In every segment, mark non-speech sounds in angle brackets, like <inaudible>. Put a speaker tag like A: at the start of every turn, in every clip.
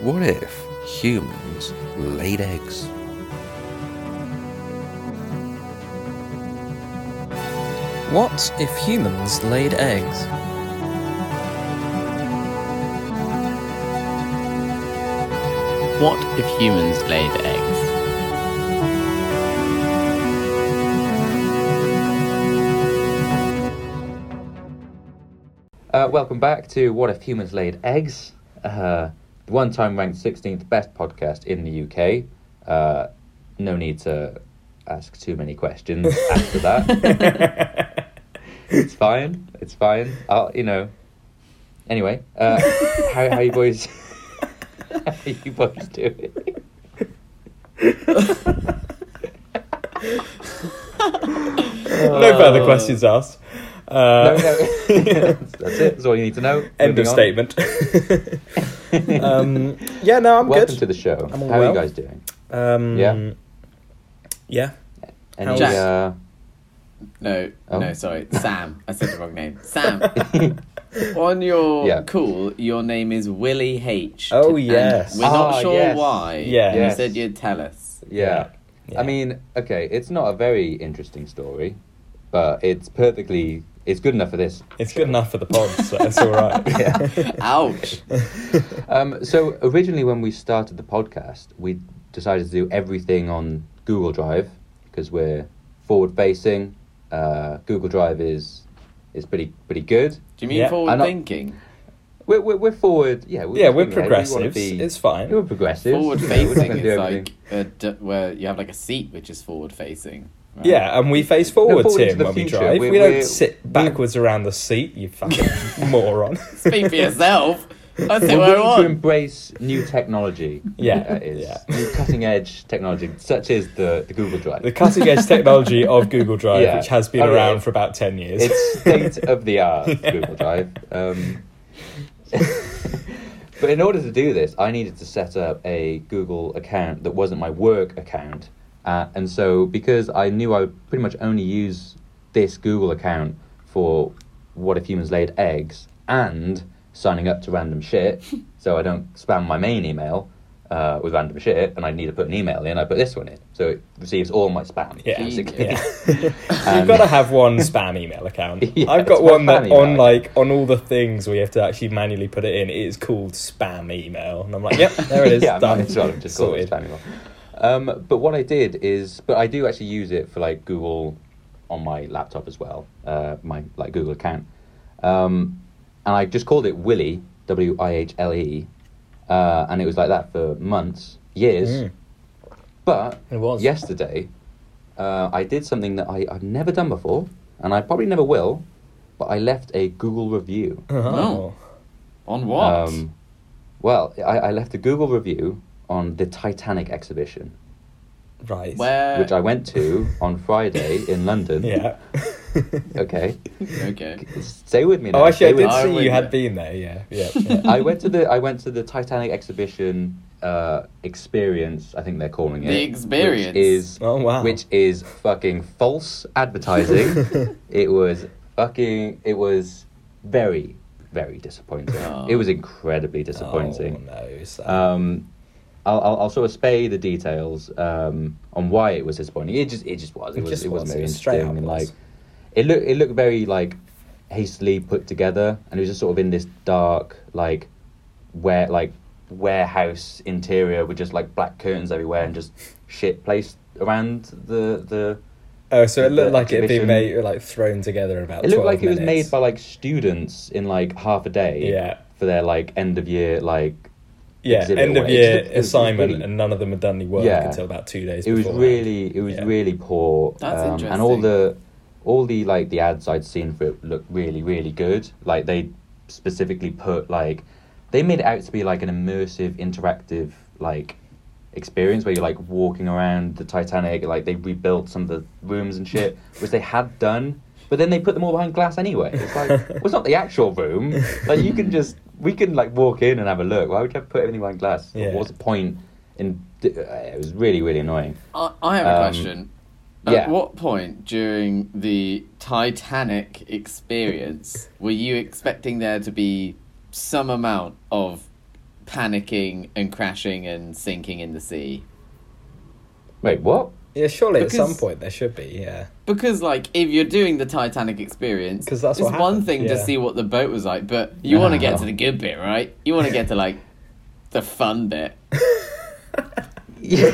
A: What if humans laid eggs?
B: What if humans laid eggs?
C: What if humans laid eggs?
D: Uh, welcome back to What If Humans Laid Eggs, uh, the one time ranked 16th best podcast in the UK. Uh, no need to ask too many
E: <laughs>
D: questions after that. it's fine. It's fine. I'll, you know. Anyway, uh, how, how you boys? <laughs> how <laughs> you boys doing?
E: <laughs> no further questions asked.
D: Uh, No, no.
E: Uh,
D: <laughs> that's, that's it. That's all you need to know.
E: <laughs> End
D: Moving
E: of
D: on. <laughs>
E: statement. <laughs> um, yeah, no, I'm
D: Welcome
E: good.
D: to the show.
E: I'm all
D: how are
E: well.
D: you guys doing?
E: um,
D: Yeah.
E: Yeah.
D: Any,
E: Jack.
D: uh,
C: No,
D: Oh.
C: no, sorry. Sam. I said the wrong name.
D: <laughs>
E: <laughs>
C: Sam. On your
D: Yeah.
C: call, your name is Willie H.
E: Oh,
C: and
E: yes.
C: We're not
D: Ah,
C: sure
D: yes.
C: why.
E: Yeah.
C: You
D: Yes.
C: said you'd tell us.
D: yeah.
E: Yeah.
D: I mean, okay, it's not a very interesting story, but it's perfectly, it's good enough for this.
E: It's good enough for the pod, so it's all right.
D: Yeah.
C: <laughs>
E: <laughs>
C: Ouch.
D: Um, so originally, when we started the podcast, we decided to do everything on Google Drive because we're forward facing. Uh, Google Drive is is pretty pretty good.
C: Do you mean
E: Yeah.
C: forward
D: I'm not-
C: thinking?
D: We're, we're, we're forward, yeah. We're
E: Yeah, we're
D: you know, we wanna
E: progressives.
D: be-
E: It's fine.
D: We're progressive.
C: Forward
D: you know, we're not
C: facing
D: gonna
C: is
D: do
C: like
D: everything.
C: a d where you have like a seat which is forward facing. right?
D: um,
E: Yeah, and we face forward,
D: forward into
E: Tim,
D: the
E: when we
D: future.
E: drive.
D: We're-
E: we don't
D: we're-
E: sit backwards around the seat,
D: <laughs>
E: you fucking moron.
C: Speak for yourself.
E: <laughs>
C: That's it.
D: We're
C: Where I
D: willing to
C: want.
D: embrace new technology.
E: Yeah,
D: that is
E: yeah.
D: new cutting edge technology, such as the, the Google Drive.
E: The cutting edge technology
C: <laughs>
E: of Google Drive,
D: Yeah.
E: which has been
D: Oh, yeah.
E: around for about 10 years.
D: It's state of the art
E: <laughs> Yeah.
D: Google Drive. Um, but in order to do this, I needed to set up a Google account that wasn't my work account, uh, and so because I knew I would pretty much only use this Google account for what if humans laid eggs and signing up to random shit, so I don't spam my main email. Uh, with random shit, and I need to put an email in. I put this one in, so it receives all my spam.
E: Yeah.
D: basically.
E: <laughs>
D: <laughs>
E: yeah.
D: Um,
E: You've got to have one spam email account.
D: <laughs> Yeah, it's
E: I've got
D: my
E: one
D: spam
E: that
D: email
E: on
D: account.
E: like on all the things where you have to actually manually put it in. It is called spam email, and I'm like, yep, there it
D: <laughs>
E: is.
D: yeah,
E: done.
D: might as well have just call it
E: sorted.
D: spam email. Um, but what I did is, but I do actually use it for like Google on my laptop as well, uh, my like Google account, um, and I just called it Willy W I H L E, uh, and it was like that for months, years.
E: Mm.
D: But
E: It was.
D: yesterday, uh, I did something that I, I've never done before, and I probably never will. But I left a Google review.
E: Oh.
C: On what?
D: Um, well, I, I left a Google review on the Titanic exhibition,
E: Right.
C: where?
D: which I went to <laughs> on Friday in London.
E: Yeah.
D: <laughs> Okay.
C: <laughs> Okay.
D: Stay with me. Now.
E: oh, actually,
D: Stay
E: I
D: with
E: did
D: me.
C: I
E: see
C: would-
E: you had been
D: <laughs>
E: there. Yeah. Yeah. yeah.
D: I went to the I went to the Titanic exhibition uh, experience. I think they're calling it
C: The experience.
D: which is
E: Oh, wow.
D: which is fucking false
E: <laughs>
D: advertising. it was fucking. It was very very disappointing.
C: Oh.
D: It was incredibly
E: Oh,
D: disappointing.
E: no, sad.
D: Um, I'll, I'll, I'll sort of spay the details um, on why it was disappointing. It just it just was. It,
E: It
D: was
E: just
D: it wasn't
E: was.
D: very
E: It was straight
D: interesting. And
E: up
D: like
E: was.
D: it looked it looked very like hastily put together, and it was just sort of in this dark like where like warehouse interior with just like black curtains everywhere and just shit placed around the the.
E: oh, so it looked
D: the
E: like it'd been
D: exhibition-
E: made like thrown together in about.
D: It looked
E: 12
D: like it was
E: minutes.
D: made by like students in like half a day.
E: Yeah.
D: For their like end of year like
E: yeah
D: exhibit
E: end of
D: away. <laughs> It
E: year
D: was- it was
E: assignment,
D: really-
E: and none of them had done any work
D: Yeah.
E: until about two days.
D: it was
E: beforehand.
D: really it was
E: Yeah.
D: really poor um,
C: That's
D: and all
C: interesting.
D: the all the like the ads i'd seen for it looked really really good like they specifically put like they made it out to be like an immersive interactive like experience where you're like walking around the titanic like they rebuilt some of the rooms and shit which they had done but then they put them all behind glass anyway it's like well, it's not the actual room like you can just we can like walk in and have a look why would you have to put everything behind glass
E: Yeah.
D: what's the point in uh, it was really really annoying
C: I, I have a
D: Um,
C: question. At
D: yeah.
C: what point during the Titanic experience were you expecting there to be some amount of panicking and crashing and sinking in the sea.
D: Wait, what?
E: Yeah, surely at some
C: Because-
E: point there should be. Yeah,
C: Because, like, if you're doing the Titanic experience,
E: 'Cause that's
C: it's
E: what
C: one
E: happened,
C: thing to
E: yeah.
C: see what the boat was like, but you want to get
D: No.
C: to the good bit, right? You want to get to, like, the fun bit.
D: Yeah,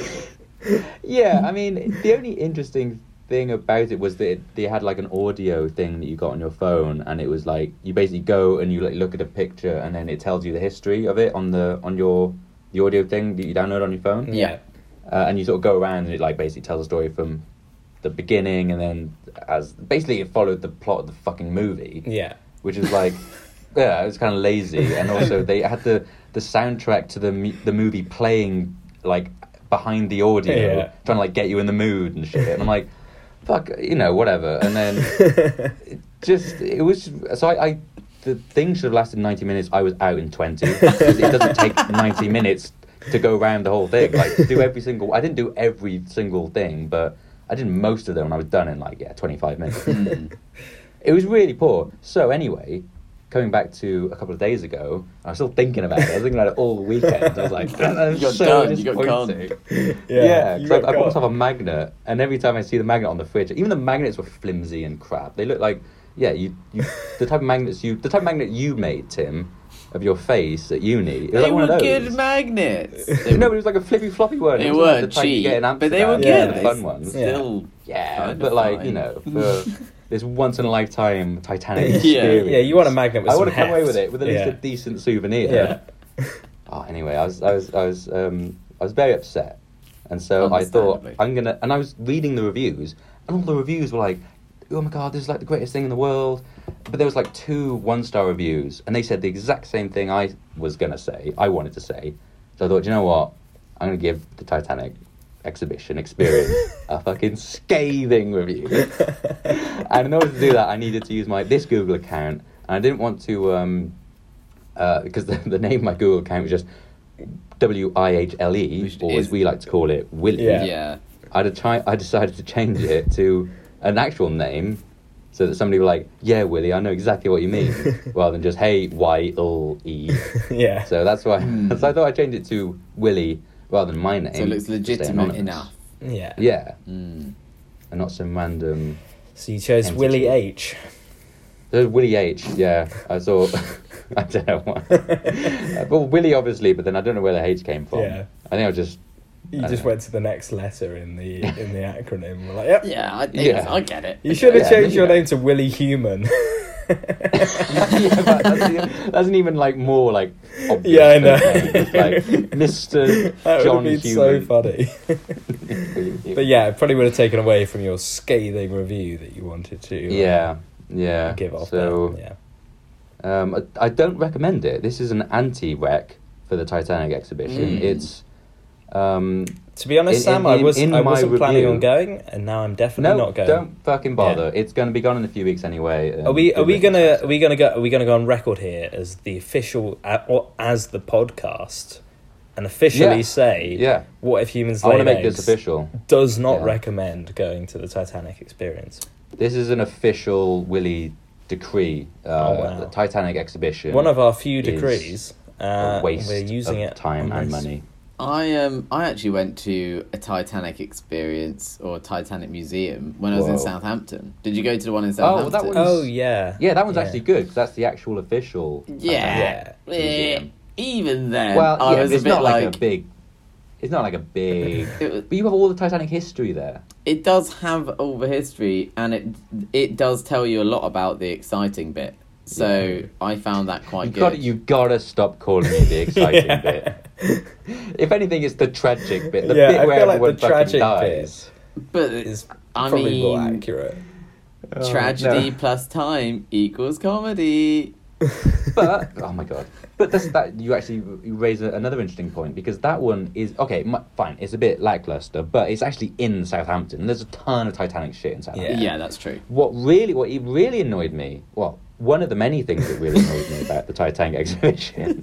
D: <laughs> yeah. I mean, the only interesting thing about it was that it, they had like an audio thing that you got on your phone, and it was like you basically go and you like look at a picture, and then it tells you the history of it on the on your the audio thing that you download on your phone,
C: Yeah.
D: uh, and you sort of go around and it like basically tells a story from the beginning, and then as basically it followed the plot of the fucking movie
E: yeah.
D: which is like yeah, it was kind of lazy, and also they had the the soundtrack to the mu- the movie playing like behind the audio,
E: Yeah.
D: trying to like get you in the mood and shit. And I'm like, fuck, you know, whatever. And then <laughs> it just it was so I. I the thing should have lasted 90 minutes. I was out in 20. 'Cause it doesn't take 90 minutes to go around the whole thing. Like, do every single... I didn't do every single thing, but I did most of them, and I was done in, like, yeah, 25 minutes. It was really poor. So anyway, coming back to a couple of days ago, I was still thinking about it. I was thinking about it all weekend. I was like, <laughs> I'm
C: You got
D: so
C: done, you got
D: disappointed.
E: Yeah,
D: Yeah,
E: you
D: 'cause I, I
E: got
D: bought
E: caught.
D: myself a magnet, and every time I see the magnet on the fridge, even the magnets were flimsy and crap. They look like, yeah, you, you the type of magnets you, the type of magnet you made, Tim, of your face at uni. It was
C: They
D: like one
C: were
D: of those.
C: good magnets.
D: <laughs>
C: They
D: no, but it was like a flippy floppy one.
C: They
D: it was
C: were
D: the type you
C: cheap,
D: get in
C: but they were
D: Amsterdam,
C: good.
E: yeah,
D: the
C: They
D: fun ones.
C: Still,
D: Yeah,
C: Kind of
D: but like
C: fine.
D: you know,
C: <laughs>
D: for this once in a lifetime Titanic
E: Yeah.
D: experience.
E: Yeah, you want a magnet with
D: I
E: some
D: want to come away
E: heft.
D: with it with at least
E: Yeah.
D: a decent souvenir.
E: Yeah.
D: Oh, anyway, I was, I was, I was, um, I was very upset, and so I thought
C: Understandably.
D: I'm gonna. And I was reading the reviews, and all the reviews were like, "Oh my god, this is like the greatest thing in the world." But there was like two one-star reviews, and they said the exact same thing I was gonna say. I wanted to say, so I thought, you know what? I'm gonna give the Titanic exhibition experience a fucking scathing review <laughs> and in order to do that, I needed to use my this Google account, and I didn't want to um, uh, because the, the name of my Google account was just W I H L E,
C: Which
D: or
C: is-
D: as we like to call it, Willie.
E: Yeah.
C: yeah.
D: I had try. I decided to change it to an actual name, so that somebody were like, "Yeah, Willie, I know exactly what you mean," rather than just "Hey, Y L E."
E: <laughs> yeah.
D: So that's why. <laughs> so I thought I changed it to Willie rather than my name.
C: Hmm. So it
D: to
C: looks
D: stay
C: legitimate
D: anonymous. Hmm.
C: enough.
E: yeah.
D: Yeah,
C: Mm.
D: and not some random.
E: So you chose
D: Entity.
E: Willie H.
D: There's Uh, Willie H. Yeah, I saw. <laughs> I don't know why.
E: <laughs>
D: Uh, well, Willie obviously, but then I don't know where the H came from.
E: Yeah.
D: I think I was just. <laughs>
E: You
D: I
E: just
D: know.
E: went to the next letter in the in the acronym. We're like, yep.
C: Yeah, I think
D: Yeah.
C: I get it.
E: You should have
D: Yeah,
E: changed
D: there
E: your
D: you go.
E: name to Willie
D: <laughs>
E: Human.
D: yeah, but that's, even- that's an even like more like. Obvious
E: Yeah, I know.
D: nickname. like Mr.
E: <laughs> That would have
D: John
E: been so
D: Human. <laughs>
E: funny. but yeah, it probably would have taken away from your scathing review that you wanted to uh,
D: Yeah. Yeah.
E: give off.
D: so
E: then, yeah.
D: um, I, I don't recommend it. This is an anti-rec for the Titanic exhibition.
C: Mm.
D: It's. Um,
E: To be honest,
D: in-
E: Sam,
D: in-
E: I was
D: in
E: I
D: my
E: wasn't planning
D: review-
E: on going, and now I'm definitely
D: no,
E: not going.
D: don't fucking bother.
E: Yeah.
D: It's going to be gone in a few weeks anyway. and
E: Are we are
D: good
E: we
D: riddance.
E: gonna are we gonna go are we gonna go on record here as the official uh, or as the podcast and officially
D: Yeah.
E: say
D: Yeah.
E: what if humans
D: I want to
E: lay
D: make this
E: eggs
D: official.
E: does not
D: Yeah.
E: recommend going to the Titanic experience.
D: This is an official Willy decree. Uh,
E: Oh, wow.
D: The Titanic exhibition.
E: One of our few
D: Is
E: degrees. Uh,
D: a waste
E: we're using
D: of
E: it
D: time
E: on
D: and
E: this.
D: money.
C: I um I actually went to a Titanic experience or Titanic museum when I was in
D: Whoa.
C: Southampton. Did you go to the one in
D: Oh, well,
C: Southampton?
D: that was-
E: Oh yeah.
D: Yeah, that one's
E: Yeah.
D: actually good. 'cause that's the actual official.
C: yeah.
E: Yeah.
C: Eh,
D: Museum.
C: Even then,
D: Well,
C: I
D: yeah,
C: was a
D: but it's
C: bit
D: not
C: like,
D: like, a big. It's not like a big.
C: It was-
D: but you have all the Titanic history there.
C: it does have all the history, and it it does tell you a lot about the exciting bit. So I found that quite
D: You
C: good.
D: got you gotta stop calling it
E: <laughs>
D: the exciting bit. If anything, it's the tragic bit. The
E: Yeah, I
D: bit where
E: feel like
D: everyone
E: the
D: fucking
E: tragic
D: dies.
C: but
E: Is
C: I
E: probably more
C: mean,
E: accurate.
D: Oh,
C: tragedy
D: no.
C: plus time equals comedy.
E: <laughs>
D: but oh my god but that's that you actually you raise a, another interesting point because that one is okay mi- fine it's a bit lackluster but it's actually in southampton there's a ton of titanic shit in southampton
E: Yeah.
C: Yeah, that's true.
D: what really what it really annoyed me well one of the many things that really annoyed me about the titanic <laughs>
C: <laughs>
D: exhibition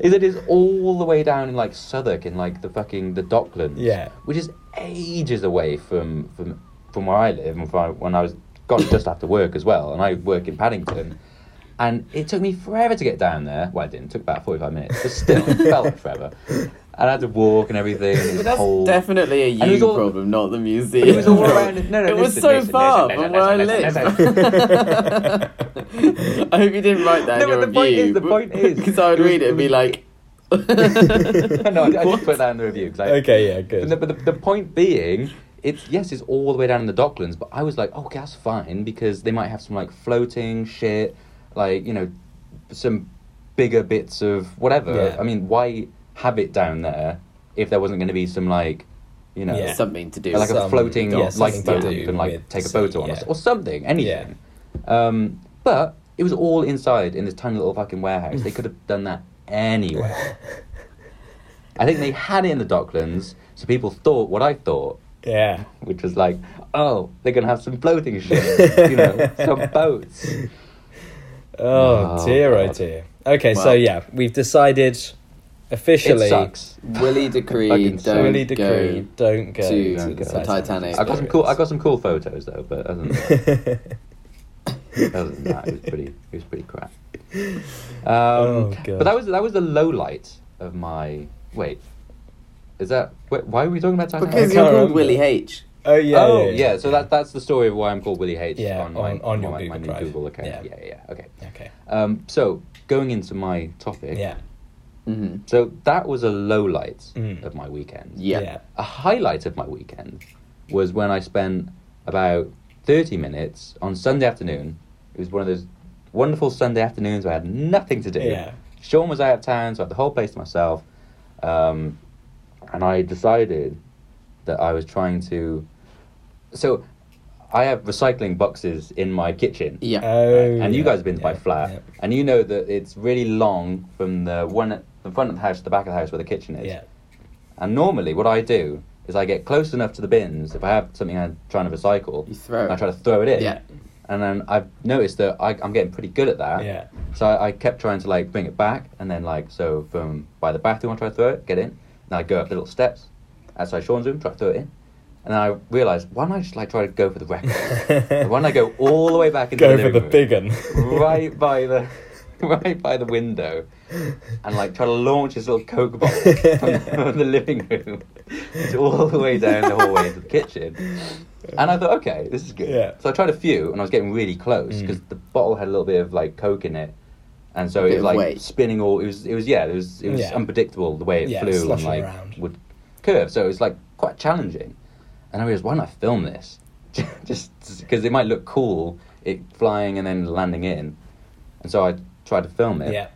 D: is that it's all the way down in like southwark in like the fucking the docklands
E: Yeah.
D: which is ages away from from from where i live and from when i was gone just after work as well and i work in paddington And it took me forever to get down there. Well, it didn't. It took about 45 minutes. But still, it felt like forever. And I had to walk and everything. And it was
C: But that's
D: cold.
C: definitely a
D: it was
C: you
D: all-
C: problem, not the museum.
D: It was all
C: problem.
D: around. No, no,
C: <laughs> it was
D: listen,
C: so
D: listen,
C: far
D: listen,
C: from
D: listen,
C: where I
D: listen,
C: live.
D: listen.
C: <laughs> I hope you didn't write that
D: No,
C: in
D: but
C: your
D: the point
C: review.
D: is- the
C: <laughs>
D: point is,
C: because I would
D: it was-
C: read it and be like,
D: <laughs> <laughs> no, I,
C: <laughs>
D: I
C: What?
D: just put that in the review. 'cause I-
E: Okay, yeah, good.
D: No, but the, the point being, it's yes, it's all the way down in the Docklands, but I was like, okay, that's fine because they might have some like floating shit, like you know, some bigger bits of whatever.
E: Yeah.
D: I mean, why have it down there if there wasn't going to be some like, you know,
E: Yeah.
C: something to do.
D: like a
E: Some-
D: floating
E: yeah, something to
D: lifeboat
E: do
D: you can like
E: with
D: take a
E: sea,
D: photo on
E: yeah.
D: us or something, anything. Um, but it was all inside in this tiny little fucking warehouse.
E: <laughs>
D: they could have done that anywhere. I think they had it in the Docklands, so people thought what I thought,
E: <laughs> Yeah.
D: which was like, oh, they're gonna have some floating shit, you
E: <laughs>
D: know, some boats.
E: Oh,
D: Oh,
E: dear, oh
D: God.
E: dear. Okay, so
C: Wow.
E: yeah, we've decided officially.
D: It sucks. <laughs>
C: Willie decree,
D: Fucking
C: don't
D: silly
E: Willy decree,
C: go.
E: don't go
C: to
E: to
D: the
E: the
C: Titanic.
D: I got some cool. I got some cool photos though, but other than that, other than that, it was pretty. It was pretty crap. Um,
E: Oh, God.
D: but that was that was the low light of my. Wait, is that wait, why are we talking about Titanic?
C: Because
E: I
C: you're
E: can't
C: called
E: remember.
C: Willie H.
E: <laughs> oh yeah.
D: oh
E: yeah,
D: yeah, so that that's the story of why I'm called Willie H.
E: Yeah,
D: on my
E: on- on your
D: my,
E: Google
D: my new
E: Drive.
D: Google account.
E: Yeah.
D: Yeah, yeah, Okay.
E: Okay.
D: Um, so going into my topic.
E: Yeah.
C: hmm
D: So that was a low light
E: Mm.
D: of my weekend.
C: Yeah.
D: A highlight of my weekend was when I spent about 30 minutes on Sunday afternoon. It was one of those wonderful Sunday afternoons where I had nothing to do.
E: Yeah.
D: Sean was out of town, so I had the whole place to myself. Um, and I decided that I was trying to. So I have recycling boxes in my kitchen.
C: Yeah.
E: Oh,
D: and you
E: yeah,
D: guys have been to my
E: yeah,
D: flat, and you know that it's really long from the one at the front of the house to the back of the house where the kitchen
E: Yeah.
D: is.
E: yeah.
D: And normally, what I do is I get close enough to the bins if I have something I'm trying to recycle.
C: You throw
D: and I
C: it.
D: try to throw it in.
C: Yeah.
D: And then I've noticed that I, I'm getting pretty good at that.
E: Yeah.
D: So I, I kept trying to like bring it back, and then like so from by the bathroom, I try to throw it, get in, and I go up the little steps outside Sean's room, try to throw it in, and then I realised why don't I just like try to go for the
E: <laughs>
D: record? why don't I go all the way back into
E: Go
D: the living
E: for the
D: room?
E: big one.
D: right by
E: <laughs>
D: the <laughs> right by the window and like try to launch his little coke bottle from, the-
E: <laughs>
D: from the living room to all the way down the hallway into the kitchen and i thought okay this is good
E: Yeah. Mm.
D: so i tried a few and i was getting really close because the bottle had a little bit of like coke in it and so
C: A bit
D: it was
C: of
D: like
C: weight.
D: spinning all it was it was yeah it was it was
E: Yeah.
D: unpredictable the way it
E: Yeah,
D: flew and
E: sloshing
D: like
E: around.
D: would curve so it was like quite challenging and I realized, why not film this? <laughs> just because it might look cool, it flying and then landing in. And so I tried to film it.
E: Yeah.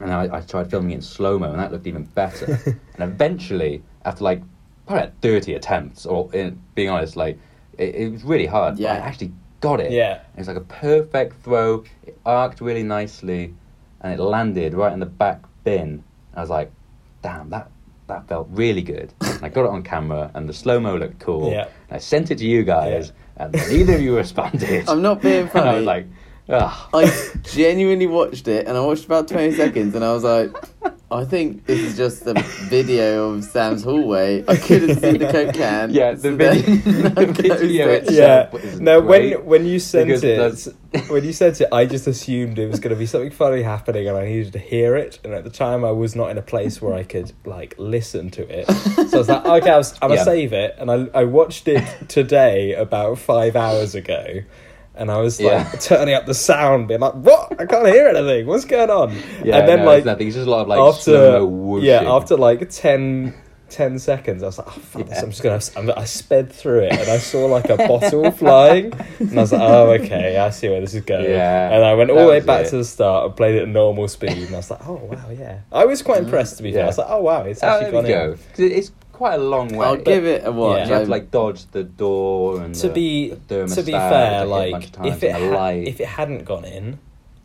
D: And I, I tried filming it in slow mo, and that looked
C: <laughs>
D: even better. and eventually, after like probably about 30 attempts, or in, being honest, like it, it was really hard.
C: Yeah.
D: But I actually got it.
E: Yeah.
D: It was like a perfect throw. It arced really nicely, and it landed right in the back bin. I was like, "Damn, that that felt really good." And I got it on camera, and the slow mo looked cool.
E: Yeah.
D: And I sent it to you guys, and neither of you <laughs> responded.
C: I'm not being
D: <laughs> And I
C: funny.
D: was like, "Ah."
C: I genuinely watched it, and I watched about
D: <laughs>
C: 20 seconds, and I was like, I think this is just a video of Sam's hallway. I couldn't see the coke can.
D: Yeah, the
C: so
D: video-
C: then <laughs> I
D: the video
C: closed it.
D: itself.
E: Yeah.
D: but it's
E: No,
D: great
E: when when you sent
D: because
E: it,
D: that's- <laughs>
E: when you sent it, I just assumed it was going to be something funny happening, and I needed to hear it. And at the time, I was not in a place where I could like listen to it. So I
D: <laughs>
E: was like, okay, I'll, I'm gonna
D: Yeah.
E: save it. And I I watched it today about five hours ago. And I was like
D: Yeah.
E: turning up the sound, being like, "What? I can't hear anything. What's going on?"
D: Yeah,
E: and then
D: no,
E: like
D: it's nothing. It's just a lot of like
E: after
D: slow mo
E: yeah after like 10, 10 seconds i was like oh, fuck this. i'm just gonna I'm, i sped through it and i saw like
D: <laughs>
E: a bottle flying and i was like oh okay i see where this is going
D: Yeah,
E: and i went all
D: that
E: the way
D: was
E: back
D: it.
E: to the start and played it at normal speed and i was like oh wow yeah i was quite impressed to be fair i was
D: Mm-hmm. Yeah.
E: like oh wow it's
D: Oh,
E: actually
D: there we
E: gone
D: go.
E: in
D: 'Cause It's quite a long way.
C: I'll give it a watch.
E: Yeah.
D: You have to
C: I-
D: like dodge the door and
E: to
D: the-
E: be
D: the
E: to be
D: thermostat,
E: fair
D: which I hit a bunch
E: like
D: of times,
E: if it,
D: and the
E: ha-
D: light.
E: if it hadn't gone in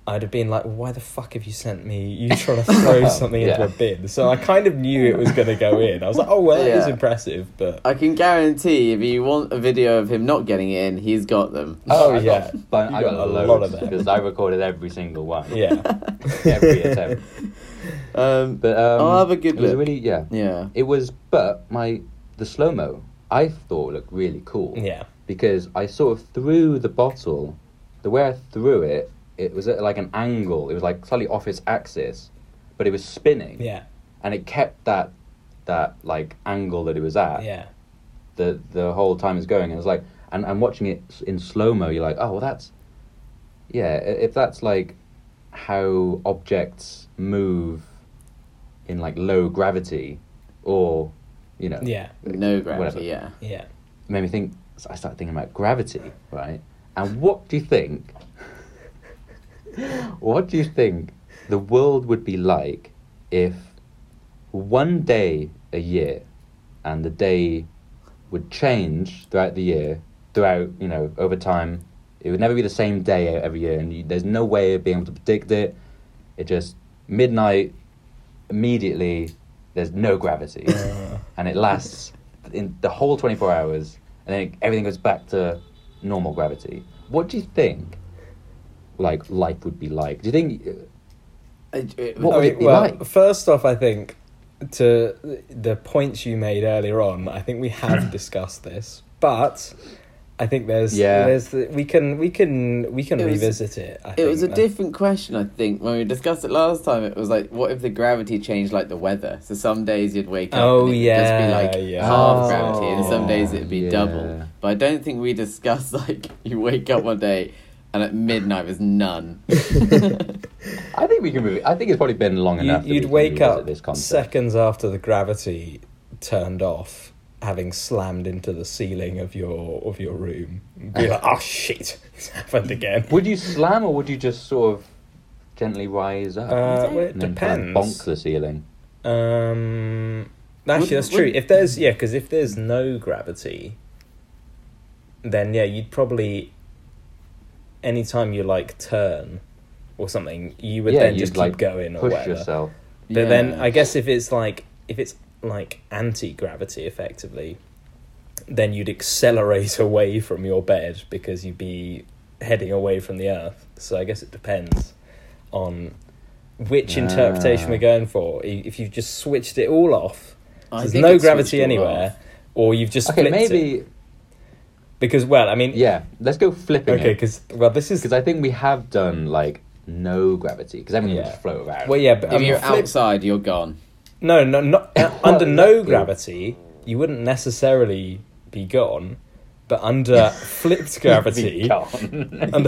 E: I'd have been like, why the fuck have you sent me?
D: <laughs>
E: You trying to throw something into
D: Yeah.
E: a bin? So I kind of knew it was going to go in. I was like, oh well, that is
C: Yeah.
E: impressive, but
C: I can guarantee if you want a video of him not getting it in, he's got them.
D: <laughs> I
E: Oh,
D: got
E: yeah.
D: fun-
E: You
D: I got, a lot of
E: them.
D: because I recorded every single one.
E: yeah,
D: <laughs> every attempt.
C: Um,
D: But um,
C: I'll have a good
D: it was
C: look.
D: really yeah.
C: yeah.
D: It was, but my the slow mo I thought looked really cool
E: yeah,
D: because I sort of threw the bottle, the way I threw it, it was at like an angle. It was like slightly off its axis, but it was spinning.
E: Yeah.
D: And it kept that that like angle that it was at
E: Yeah.
D: the the whole time it's going. And it's like and, and watching it s- in slow mo, you're like, oh, well, that's yeah. i- If that's like how objects move in like low gravity, or you know,
E: Yeah.
C: No gravity,
D: Whatever.
C: yeah.
E: Yeah.
D: it made me think. so I started thinking about gravity, right? And what do you think? what do you think the world would be like if one day a year, and the day would change throughout the year, throughout you know over time, it would never be the same day every year, and you, there's no way of being able to predict it. It just midnight immediately. There's no
E: <laughs>
D: gravity
E: Uh.
D: and it lasts in the whole 24 hours, and then everything goes back to normal gravity. What do you think, like life would be like? Do you think?
C: It- it-
D: What would
E: Okay,
D: it be
E: well,
D: like?
E: first off, I think to the points you made earlier on, I think we
D: <clears throat>
E: have discussed this, but I think there's
D: Yeah.
E: there's the, we can we can we can
C: It was-
E: revisit it. I
C: It
E: think.
C: was a
E: Uh,
C: different question, I think, when we discussed it last time. It was like, what if the gravity changed like the weather? So some days you'd wake up
E: Oh,
C: and it'd
E: yeah,
C: just be like
E: yeah.
C: half gravity, and some
E: Oh,
C: days it'd be
D: yeah.
C: double. But I don't think we discussed <laughs> like you wake up one day and at midnight there's
E: <laughs>
C: none. <laughs>
D: I think we can. Re- I think it's probably been long
E: You,
D: enough. that we
E: you'd
D: can
E: wake
D: revisit
E: up
D: this concept.
E: seconds after the gravity turned off, having slammed into the ceiling of your of your room. and Be like, oh shit, <laughs> it's
D: <laughs>
E: happened again.
D: Would you slam or would you just sort of gently rise up?
E: Uh, well, it
D: and then kind of
E: depends.
D: bonk the ceiling.
E: Um, actually,
C: Would-
E: that's true.
C: would-
E: If there's yeah, because if there's no gravity, then yeah, you'd probably anytime you like turn or something, you would
D: yeah,
E: then
D: you'd
E: just keep
D: like
E: going or
D: push
E: whatever.
D: yourself.
E: But then
C: Yeah.
E: I guess if it's like if it's like anti gravity effectively, then you'd accelerate <laughs> away from your bed because you'd be heading away from the earth. So I guess it depends on which interpretation
D: Ah.
E: we're going for. I- If you've just switched it all off,
C: I
E: there's
C: think
E: no
C: it's switched
E: gravity
C: all
E: anywhere,
C: off.
E: or you've just
D: Okay,
E: flipped
D: maybe.
E: it. Because well, I mean,
D: Yeah, let's go flipping
E: okay,
D: it.
E: because well, this is
D: Because I think we have done like no gravity because everything would
E: Yeah.
D: just float around.
E: well,
D: <laughs>
E: yeah, but I
C: If
E: mean,
C: you're
E: flip-
C: outside, you're gone.
E: No, no, not uh,
D: <coughs> Well,
E: under no
D: exactly.
E: gravity. You wouldn't necessarily be gone, but under
D: <laughs>
E: flipped gravity, under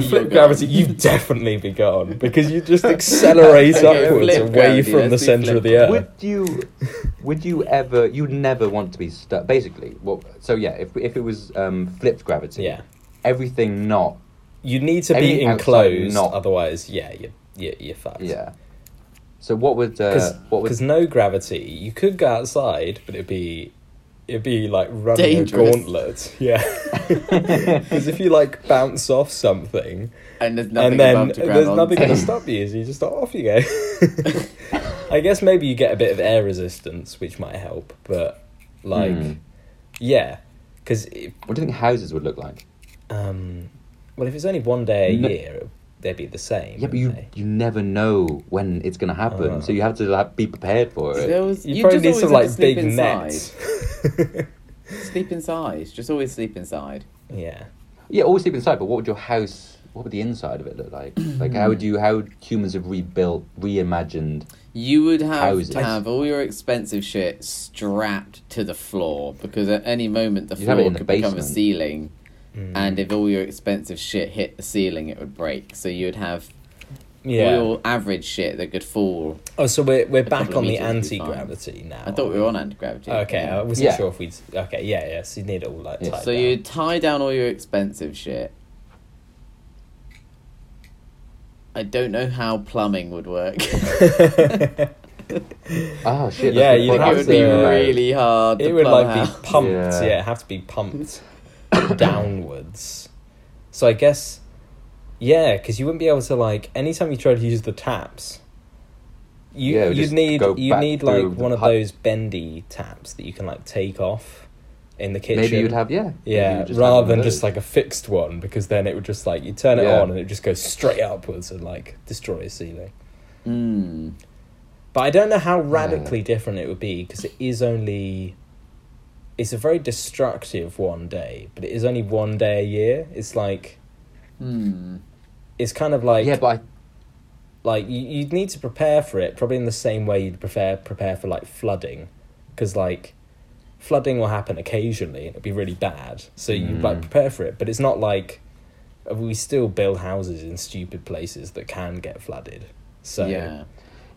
C: You're
E: flipped
C: gone.
E: gravity, you'd definitely be gone because you
D: <laughs>
E: just accelerate
C: Okay,
E: upwards
C: flipped
E: away
C: gravity,
E: from the
C: let's do
E: center of
C: flipped.
E: the earth.
D: Would you? Would you ever? You'd never want to be stuck. Basically, well, so yeah. If if it was um, flipped gravity,
E: Yeah.
D: everything not
E: You need to be
D: Everything outside would
E: enclosed,
D: not-
E: otherwise, yeah, you're you're, you're fucked.
D: yeah. So what would uh,
E: because
D: what would
E: no gravity, you could go outside, but it'd be it'd be like running
C: Dangerous.
E: a gauntlet. Yeah, <laughs> because if you like bounce off something.
C: And there's nothing
E: and then
C: above to grab
E: there's
C: on
E: nothing
C: to.
E: going to stop you, so you just start off you go. <laughs> I guess maybe you get a bit of air resistance, which might help, but like,
D: Hmm.
E: yeah, because
D: what do you think houses would look like?
E: um, well, if it's only one day a
D: No.
E: year, they'd be the same.
D: Yeah, but
E: wouldn't
D: you
E: they?
D: you never know when it's gonna happen,
E: Ah.
D: so you have to like, be prepared for it.
C: <laughs> There was-
E: you
C: you
E: probably
C: just
E: need some
C: always have
E: like
C: to sleep inside.
E: big nets. <laughs>
C: Sleep inside. Just always sleep inside.
E: yeah,
D: Yeah, always sleep inside. But what would your house? What would the inside of it look like? like
E: <clears throat>
D: how would you? How would humans have rebuilt, reimagined?
C: You would have
D: Houses.
C: to have all your expensive shit strapped to the floor because at any moment the
D: You'd have it
C: floor
D: in the
C: could become a
D: basement.
C: ceiling,
E: Mm.
C: and if all your expensive shit hit the ceiling, it would break. So you would have
E: yeah.
C: all your average shit that could fall.
E: oh, so we're we're
C: couple
E: back
C: of
E: on the
C: meters would be
E: anti-gravity now.
C: I thought we were on anti gravity.
E: Okay, I wasn't
D: Yeah.
E: sure if we'd. Okay, yeah, yeah. So you need it all like
D: Yeah.
E: tied
C: so
E: down.
C: you tie down all your expensive shit. I don't know how plumbing would work. <laughs>
D: Oh shit!
E: <laughs> Yeah,
D: that's the
E: you'd
D: point I
C: it
E: have
D: was
C: would be
D: thinking
E: to- uh,
D: about.
C: really hard. To
E: it would
C: plumb
E: like
C: out.
E: be pumped. Yeah.
D: Yeah.
E: it'd have to be pumped <coughs> downwards. So I guess, yeah, because you wouldn't be able to like anytime you tried to use the taps. You
D: Yeah, it would
E: you'd
D: just
E: need
D: go
E: you
D: back
E: need
D: through
E: like
D: the
E: one of
D: pipe.
E: those bendy taps that you can like take off in the kitchen.
D: Maybe you'd have yeah. maybe you
E: yeah,
D: would just have
E: rather
D: one
E: than
D: of
E: just
D: those.
E: like a fixed one because then it would just like you turn it
D: Yeah.
E: on and it just goes straight upwards and like destroy a ceiling.
C: Mm.
E: But I don't know how radically different it would be because it is only. It's a very destructive one day, but it is only one day a year. It's like
C: Hmm.
E: it's kind of like
D: yeah, but I,
E: like you, you'd need to prepare for it probably in the same way you'd prepare prepare for like flooding because like flooding will happen occasionally and it'll be really bad so you like
D: Mm.
E: prepare for it but it's not like uh, we still build houses in stupid places that can get flooded so
C: yeah.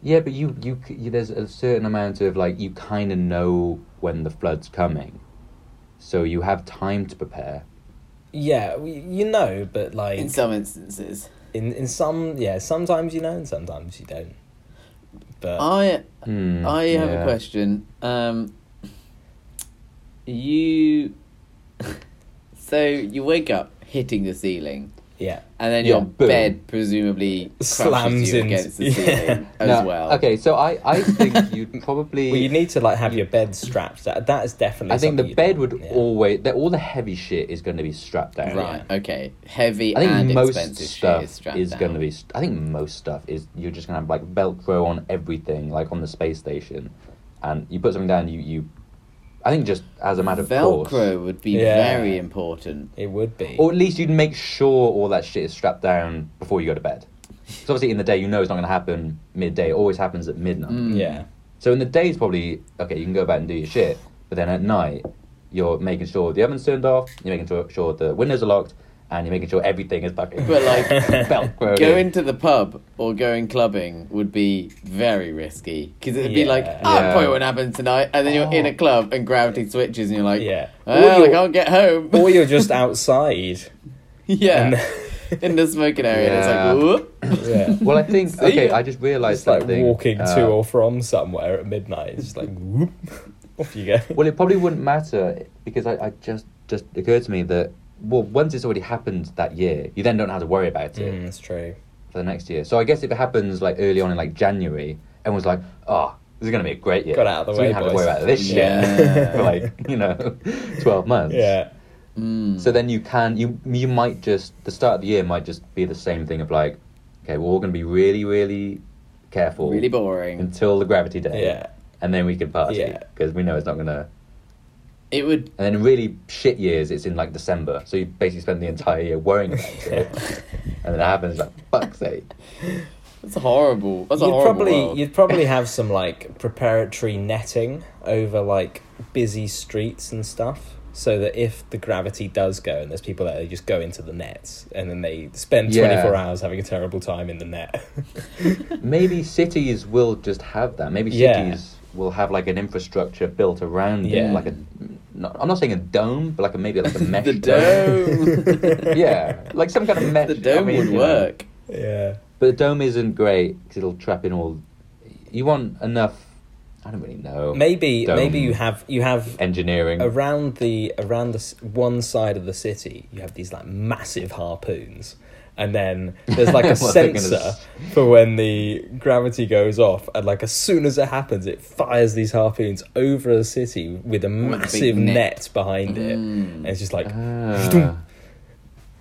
D: yeah, but you, you c- you there's a certain amount of like you kind of know when the flood's coming, so you have time to prepare.
E: yeah we, you know but like
C: In some instances,
E: in, in some yeah sometimes you know and sometimes you don't but
C: I
D: Hmm,
C: I have
D: yeah.
C: a question. Um, you <laughs> so you wake up hitting the ceiling,
E: yeah
C: and then
D: Yeah,
C: your
D: boom.
C: bed presumably crushes
E: Slams
C: you
E: into-
C: against
D: <laughs>
C: the
E: yeah.
C: ceiling as
D: No,
C: well.
D: Okay, so I,
C: <laughs>
D: I think you'd probably.
E: well, you need to like have your bed strapped that, that is definitely
D: I think
E: something
D: the
E: you'd
D: bed
E: want,
D: would
E: yeah.
D: always that all the heavy shit is going to be strapped down.
C: Right. Okay. Heavy
D: I think
C: and
D: most
C: expensive
D: stuff
C: shit is,
D: is,
C: strapped down.
D: going to be. st- I think most stuff is you're just going to have like Velcro on everything, like on the space station, and you put something down. You you, I think just as a matter of
C: Velcro
D: course,
C: would be
E: Yeah.
C: very important.
E: it would be
D: or at least you'd make sure all that shit is strapped down before you go to bed. So obviously in the day you know it's not going to happen midday. It always happens at midnight.
C: Mm.
E: yeah
D: So in the day it's probably okay. You can go about and do your shit, but then at night you're making sure the oven's turned off. You're making sure, sure the windows are locked, and you're making sure everything is fucking
C: But,
D: <laughs>
C: like,
D: Velcroed in.
C: Going to the pub or going clubbing would be very risky because it'd be like,
E: Yeah.
C: oh,
D: Yeah.
C: it probably won't happen tonight, and then you're in a club and gravity switches, and you're like,
E: Yeah.
C: oh,
E: Or
C: I
E: you-
C: can't get home.
E: or
C: <laughs>
E: you're just outside.
C: yeah,
E: and- <laughs>
C: <laughs> in the smoking area,
D: Yeah.
C: and it's like, whoop.
D: <laughs>
E: yeah.
D: Well, I
E: <laughs>
D: think
C: See
D: okay.
C: ya.
D: I just realised
E: It's like
D: something.
E: walking
D: uh,
E: to or from somewhere at midnight. It's just like whoop, <laughs> off you go.
D: Well, it probably wouldn't matter because I, I just just occurred to me that well, once it's already happened that year, you then don't have to worry about it
E: Mm, that's true.
D: for the next year. So I guess if it happens like early on in like January, everyone's like, oh, this is gonna be a great year.
E: Got it out of the
D: so
E: way,
D: We don't have to worry
E: boys."
D: about this shit
C: Yeah.
D: <laughs> for like you know, twelve months.
E: Yeah,
C: Mm.
D: So then you can you you might just the start of the year might just be the same thing of like, okay, we're all gonna be really really careful,
C: really boring.
D: until the gravity day.
E: yeah,
D: and then we can party
E: Yeah.
D: because we know it's not gonna.
C: It would.
D: And then in really shit years, it's in like December, so you basically spend the entire year worrying
E: <laughs>
D: about it, and then it happens like fuck's sake.
C: That's horrible. That's a
E: you'd
C: horrible.
E: probably
C: world.
E: you'd probably have some like preparatory netting over like busy streets and stuff, so that if the gravity does go and there's people there, they just go into the nets and then they spend
D: Yeah.
E: twenty four hours having a terrible time in the net. <laughs>
D: Maybe cities will just have that. Maybe
E: Yeah.
D: cities will have like an infrastructure built around
E: Yeah.
D: it, like a. Not, I'm not saying a dome, but like a, maybe like
E: <laughs>
D: a
C: <laughs>
D: mesh.
C: the
D: dome.
C: dome.
D: yeah, like some
E: <laughs>
D: kind of
C: <laughs>
D: mesh.
C: the dome
D: <laughs> I mean,
C: would
D: you know.
C: work.
E: yeah,
D: But the dome isn't great because it'll trap in all. You want enough. I don't really know.
E: maybe
D: Dome
E: maybe you have you have
D: engineering.
E: around the around the s- one side of the city you have these like massive harpoons and then there's like a
D: Well, they're gonna
E: sensor
D: s-
E: for when the gravity goes off and like as soon as it happens it fires these harpoons over a city with a massive net.
C: net.
E: behind it and it's just like
D: Ah.
E: <laughs> and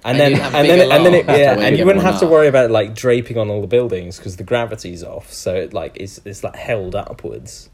C: And
E: then
C: you'd have
E: and
C: big
E: then and then it,
C: alarms
E: yeah
C: to
E: and
C: wake
E: you wouldn't
C: everyone
E: have to
C: up.
E: worry about like draping on all the buildings because the gravity's off so it like it's it's like held upwards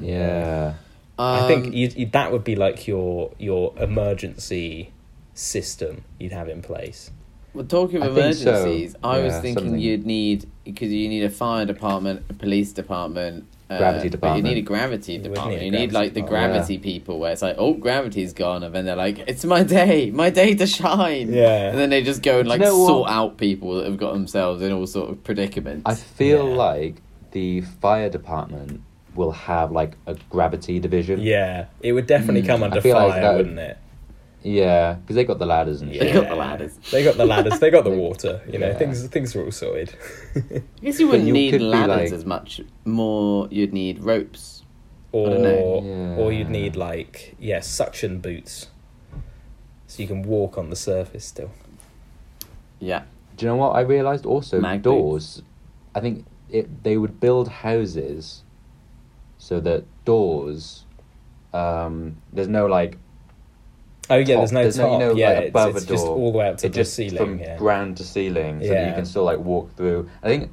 D: Yeah.
E: I think
C: Um,
E: you'd, you'd, that would be like your your emergency system you'd have in place.
C: Well, talking of
D: I think so.
C: emergencies, I was
D: Yeah,
C: thinking
D: something.
C: you'd need because you need a fire department, a police department, uh,
D: Gravity
C: But you
D: department.
C: need a gravity
E: would
C: department.
E: need a
C: you need
E: gravity
C: like the
E: department.
C: gravity people, where it's like, oh, gravity's gone, and then they're like, it's my day, my day to shine.
E: Yeah.
C: and then they just go and like
D: you know what?
C: sort out people that have got themselves in all sort of predicaments.
D: I feel
E: Yeah.
D: like the fire department will have like a gravity division.
E: Yeah, it would definitely come under
D: Mm, feel
E: fire,
D: like that would-
E: wouldn't it?
D: Yeah, because <laughs> they got the ladders and
E: Yeah.
C: They
D: shit.
C: got the ladders.
E: They got the ladders.
D: <laughs>
E: They got the water. You know,
D: Yeah.
E: things things are all sorted.
C: I guess you wouldn't
D: you
C: need
D: could be,
C: ladders
D: like-
C: as much. More, you'd need ropes. don't know.
E: or or you'd
D: Yeah.
E: need like yeah suction boots, so you can walk on the surface still.
C: Yeah,
D: Do you know what I realized also?
C: Mag
D: doors. I think it, they would build houses so that doors. Um, there's no like
E: Oh yeah,
D: top.
E: there's no
D: you
E: top.
D: know,
E: yeah,
D: like,
E: it's,
D: above
E: it's
D: a door.
E: just all the way up to
D: it
E: the
D: just
E: ceiling.
D: from
E: yeah.
D: ground to ceiling, so that
E: Yeah.
D: you can still like walk through. I think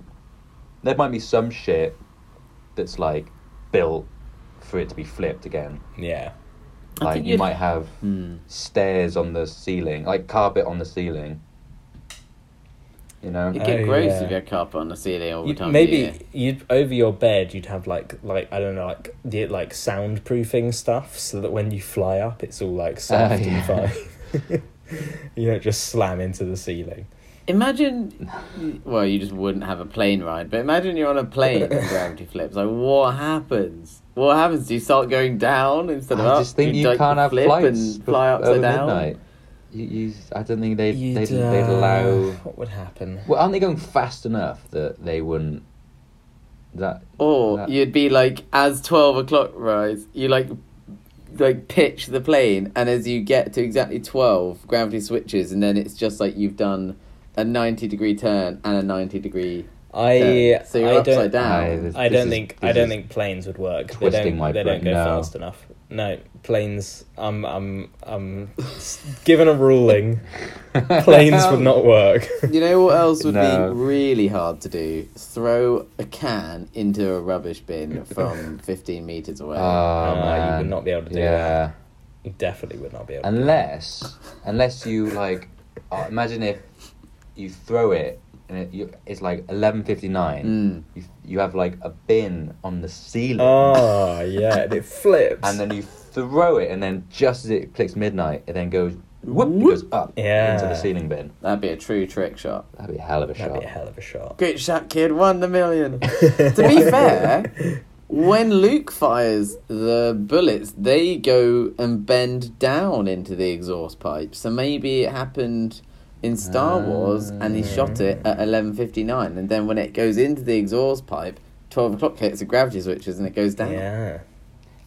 D: there might be some shit that's like built for it to be flipped again.
E: yeah,
C: I
D: Like
C: think
D: you
C: you'd- Hmm.
D: might have stairs on the ceiling, like carpet on the ceiling. You know,
C: It'd get
E: Oh,
C: gross
E: yeah.
C: if you had carpet on the ceiling all the
E: You'd-
C: time. of the year.
E: maybe you'd over your bed you'd have like like I don't know like the like soundproofing stuff so that when you fly up it's all like soft
D: Oh, yeah.
E: and fine. <laughs> you don't just slam into the ceiling.
D: <laughs>
C: Imagine, well, you just wouldn't have a plane ride, but imagine you're on a plane and
D: <laughs>
C: gravity flips. Like, what happens? What happens? Do you start going down instead of
D: I
C: up?
D: just think
C: Do
D: you
C: like,
D: can't have
C: flip
D: flights
C: and fly
D: bef-
C: upside
D: over
C: down.
D: midnight. You, you, I don't think they'd,
E: You'd,
D: they'd,
E: uh,
D: they'd allow.
E: what would happen?
D: Well, aren't they going fast enough that they wouldn't? That
C: Or
D: That-
C: you'd be like, as twelve o'clock rides, you like, like pitch the plane, and as you get to exactly twelve, gravity switches, and then it's just like you've done a ninety degree turn and a ninety degree.
E: I
C: turn. so you're
E: I
C: upside
E: don't
C: down.
D: I- this-
E: I
D: this
E: don't
D: is-
E: think I
D: this
E: don't
D: is-
E: think planes would work. They
D: twisting
E: don't,
D: my
E: they
D: brain.
E: don't go
D: No.
E: fast enough. No, planes. I'm I'm I'm given
D: <laughs>
E: a ruling. Planes would not work. <laughs>
C: You know what else would
D: No.
C: be really hard to do? Throw a can into a rubbish bin from 15 meters away.
D: Oh
E: you would
D: man,
E: not be able to do
D: yeah.
E: that. You definitely would not be able. to.
D: Unless, unless you like, uh, imagine if you throw it and it, you, it's like eleven fifty nine.
C: Mm.
D: You, you have like a bin on the ceiling,
E: Oh yeah, and it flips.
D: and then you throw it, and then just as it clicks midnight, it then goes whoop, it goes up
E: Yeah.
D: into the ceiling bin.
C: That'd be a true trick shot.
D: That'd be a hell of a
E: that'd
D: shot.
E: be a hell of a shot.
C: Great shot, kid. Won the million. to be
E: <laughs>
C: fair, when Luke fires the bullets, they go and bend down into the exhaust pipe. So maybe it happened in Star Wars, and he shot it at 11:59, and then when it goes into the exhaust pipe, 12 o'clock hits the gravity switches, and it goes down.
E: Yeah.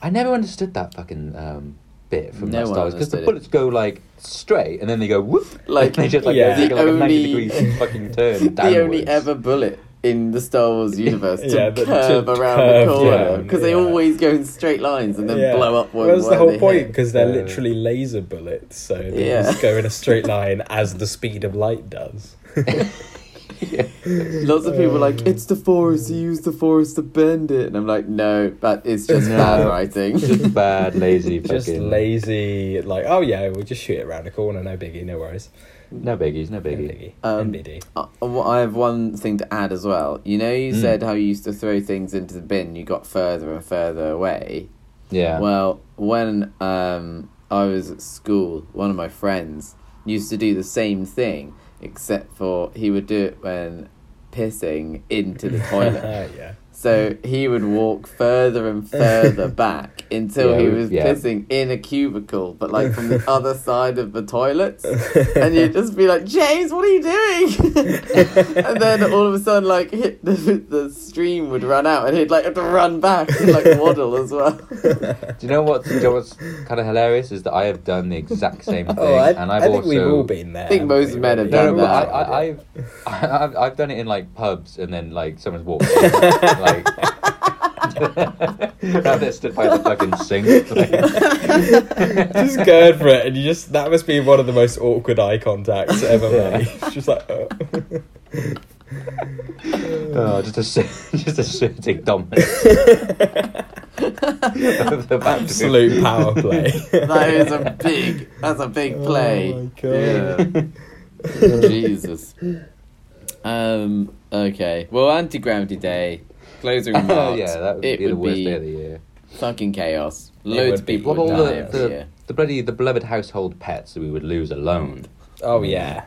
D: I never understood that fucking um, bit from
C: No
D: that
C: one
D: Star because the
C: understood it.
D: bullets go like straight and then they go whoop, <laughs>
C: Like,
D: and they just like
E: yeah.
D: take, like a
C: <laughs> The
D: ninety
C: only-
D: degree fucking
C: <laughs>
D: turn
C: the only
D: downwards.
C: ever bullet in the Star
E: <laughs>
C: Wars universe to
E: Yeah, the- to
C: curve around
E: curve
C: the corner
E: down,
C: because they
E: yeah.
C: always go in straight lines and then blow up one.
E: Well, that's the
C: where
E: whole
C: they
E: point
C: hit.
E: because they're
D: Yeah.
E: literally laser bullets, so they
C: Yeah.
E: just go in
C: <laughs>
E: a straight line as the speed of light does.
C: Lots of people are
E: <laughs>
C: like, it's the forest, you use the forest to bend it. And I'm like, no, that is just
D: No.
C: bad
E: <laughs>
C: writing.
D: just bad, lazy,
E: just
D: fucking.
E: lazy, like oh yeah, we'll just shoot it around the corner, no biggie, no worries,
D: No biggies, no
E: no
D: biggie.
E: biggie,
C: Um,
E: no biggie.
C: Uh, I have one thing to add as well. You know, you
E: Hmm.
D: Mm.
C: said how you used to throw things into the bin, you got further and further away.
D: Yeah.
C: Well, when um, I was at school, one of my friends used to do the same thing, except for he would do it when pissing into
D: <laughs>
C: the toilet.
E: <laughs> yeah.
C: So he would walk further and
D: <laughs>
C: further back until
D: Yeah,
C: he
D: we-
C: was
D: yeah.
C: pissing in a cubicle, but like from
D: <laughs>
C: the other side of the toilets. And you'd
E: <laughs>
C: just be like, James, what are you doing? <laughs> and then all of a sudden, like, hit the, <laughs> the stream would run out and he'd like have to run back and like waddle as
D: <laughs>
E: <laughs>
C: well.
D: do you
C: <laughs>
D: know what? Do you know what's kind of hilarious is that I have done the exact same thing,
E: <laughs> oh, I,
D: and I've
E: I think
D: also
E: we've all been there.
C: I think
E: haven't
C: most
E: we?
C: men have
E: We've
D: No,
C: done
D: no,
E: all
D: but
C: that.
D: I,
E: tried
D: I,
E: it.
D: I've,
E: <laughs>
D: I- I've, I've done it in like pubs, and then like someone's walked,
C: <laughs>
D: in, like, now they're stood by the fucking sink. like,
E: <laughs> just going for it, and you just that must be one of the most awkward eye contacts ever
D: Yeah.
E: made. <laughs> just like, oh.
D: <laughs> oh, just a shir- <laughs> just
C: <laughs>
D: asserting dominance. Of the <laughs> back
E: absolute
D: two.
E: power play.
C: <laughs> That is a big. That's a big play.
E: Oh my God. <laughs>
C: Yeah. Jesus. Um. Okay. Well, anti gravity day. Closing
D: Oh
C: remarks.
D: <laughs> yeah, that would
C: it
D: be the
C: would
D: worst
C: be
D: day of the year.
C: fucking chaos. Loads
E: would
C: of
E: be.
C: people
D: What about
C: would
D: all
C: die
D: the,
C: every
D: the,
C: year.
D: the bloody the beloved household pets that we would
C: <laughs>
D: lose alone?
E: <laughs> Oh yeah,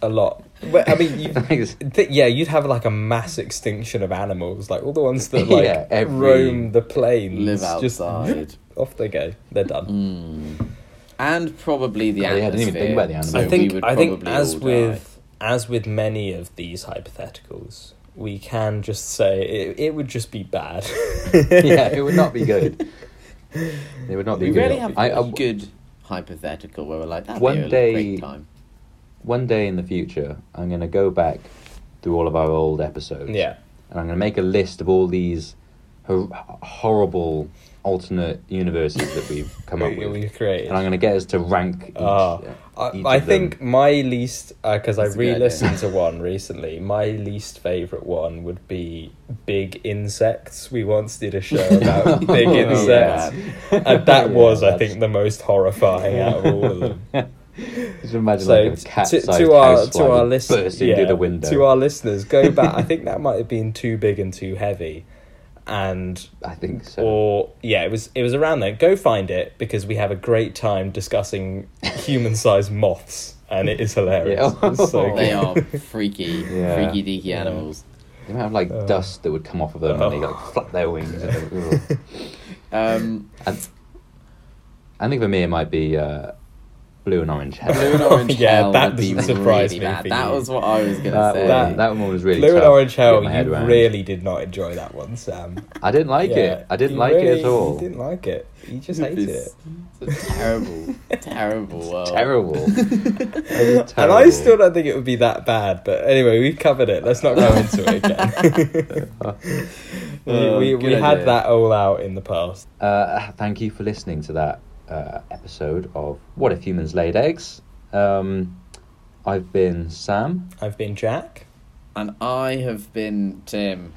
E: a lot. But, I
D: <laughs>
E: mean, you,
D: Thanks.
E: th- yeah, you'd have like a mass extinction of animals, like all the ones that
D: <laughs>
E: like
D: Yeah, every-
E: roam the plains,
C: Live
E: just
C: outside.
E: <laughs>
D: <laughs>
C: Hmm.
E: off they go. They're done.
C: And probably the
D: God, yeah, I didn't even think about the
C: atmosphere,
D: I
C: so
D: think-
C: we would
E: I think
C: probably
E: as
C: all
E: with as with many of these hypotheticals, we can just say it, it would just be bad.
D: yeah, it would not be good. It would not
C: die.
D: be
C: we
D: good.
C: really have
D: I-
C: a
D: I-
C: good hypothetical where we're like, that'd
D: One
C: be a
D: day-
C: great time.
D: One day in the future, I'm going to go back through all of our old episodes.
E: yeah,
D: And I'm going to make a list of all these hor- horrible alternate universes that we've come up
E: we,
D: with.
E: we've created.
D: And I'm going to get us to rank each. uh,
E: Oh, I,
D: each
E: I
D: of them.
E: think my least because I
C: That's a good idea.
E: re-listened
D: <laughs>
E: to one recently. My least favorite one would be big insects. We once did
D: <laughs>
E: a show
C: <laughs>
E: about big
D: Oh, yeah.
E: insects, and
D: <laughs>
E: that
D: Yeah,
E: was, I
D: that's- <laughs>
E: think, the most horrifying out of all of them.
D: Just imagine
E: So
D: like a cat
E: to,
D: sized
E: to our to our
D: burst
E: listeners,
D: in
E: yeah,
D: through the window.
E: to our listeners, go back. I
D: <laughs>
E: think that might have been too big and too heavy, and
D: I think so.
E: or yeah, it was it was around there. Go find it because we have a great time discussing human-sized moths, and it is hilarious.
D: Yeah. <laughs>
E: It's so <laughs>
C: They
E: good.
C: are freaky,
D: Yeah.
C: freaky deaky animals.
D: They might have like
E: Uh,
D: dust that would come off of them and they
E: oh.
D: like flap their
E: <laughs>
D: wings. and they're like, "Ugh."
C: Um,
D: and I think for me it might be uh, blue and orange heaven.
C: blue and orange
E: Yeah,
C: hell
E: that
C: would be
E: doesn't surprise
C: really
E: me
C: bad.
E: for
C: That
E: you.
C: was what I was gonna
D: that,
C: say.
D: one, that one was really
E: Blue
D: tough
E: and Orange
D: to get
E: Hell.
D: my head
E: You
D: around.
E: really did not enjoy that one, Sam.
D: I didn't like
E: Yeah,
D: it. I didn't
E: you
D: like it
E: really-
D: at all.
E: You didn't like it. You just hated it.
C: It's- It's a terrible, terrible world.
D: Terrible. That was
E: And I still
D: terrible.
E: don't think it would be that bad, but anyway, we've covered it. Let's
D: <laughs>
E: not go into it again.
D: Um,
C: Oh,
E: we we, we
C: good
E: had
C: idea.
E: that all out in the past.
D: Uh, thank you for listening to that uh, episode of What If Humans Laid Eggs. Um, I've been Sam.
E: I've
D: <laughs>
E: been Jack.
C: <laughs> And I have been Tim,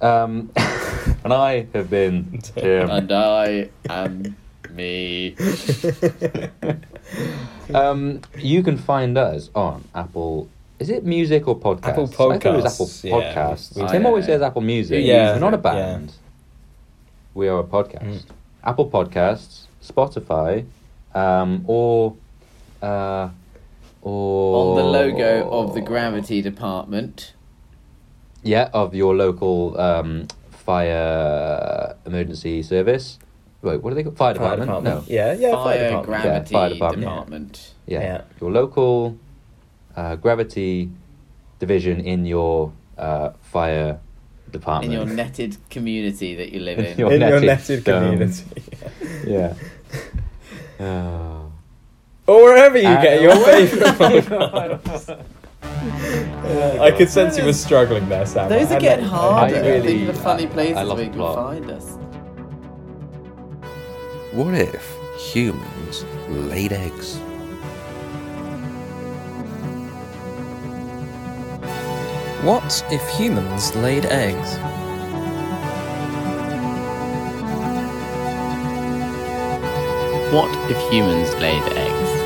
D: Um, <laughs> and I have
E: <laughs>
D: been Tim.
C: and I am me.
D: Um, you can find us on Apple. Is it music or podcasts?
E: Apple
D: I thought it was Apple
E: Podcasts, yeah.
D: Podcasts.
C: We- we-
D: Tim always
C: Yeah.
D: says Apple Music.
E: Yeah.
D: We're not a
E: Yeah.
D: band. We are a podcast.
E: Mm.
D: Apple Podcasts, Spotify, um, or uh,
C: On
D: or
C: the logo of
D: Oh.
C: the gravity department.
D: Yeah, of your local um, fire emergency service. Wait, what are they called? Fire department? No.
E: Yeah, yeah, fire,
C: fire,
E: department.
C: gravity
D: Yeah, fire department.
C: department.
D: Yeah.
E: Yeah.
D: Your local uh, gravity division in your uh, fire
C: In
D: department. <laughs>
C: your netted community that you live
D: In
C: in.
D: <laughs> your-
E: In your
D: Netted,
E: netted
D: um,
E: community. <laughs>
C: <laughs>
D: yeah. Oh.
E: or wherever you
D: Uh,
E: get your
D: <laughs>
E: <laughs> favourite podcasts. I could sense you were struggling there, Sam.
C: Those
E: I
C: are
E: had
C: getting
E: no-
C: harder.
D: I
C: I
D: really-
C: think the funny
D: I- I
C: places
D: love
C: where
D: the
C: you can
D: plot.
C: find us.
A: What if humans laid eggs?
B: What if humans laid eggs?
C: What if humans laid eggs?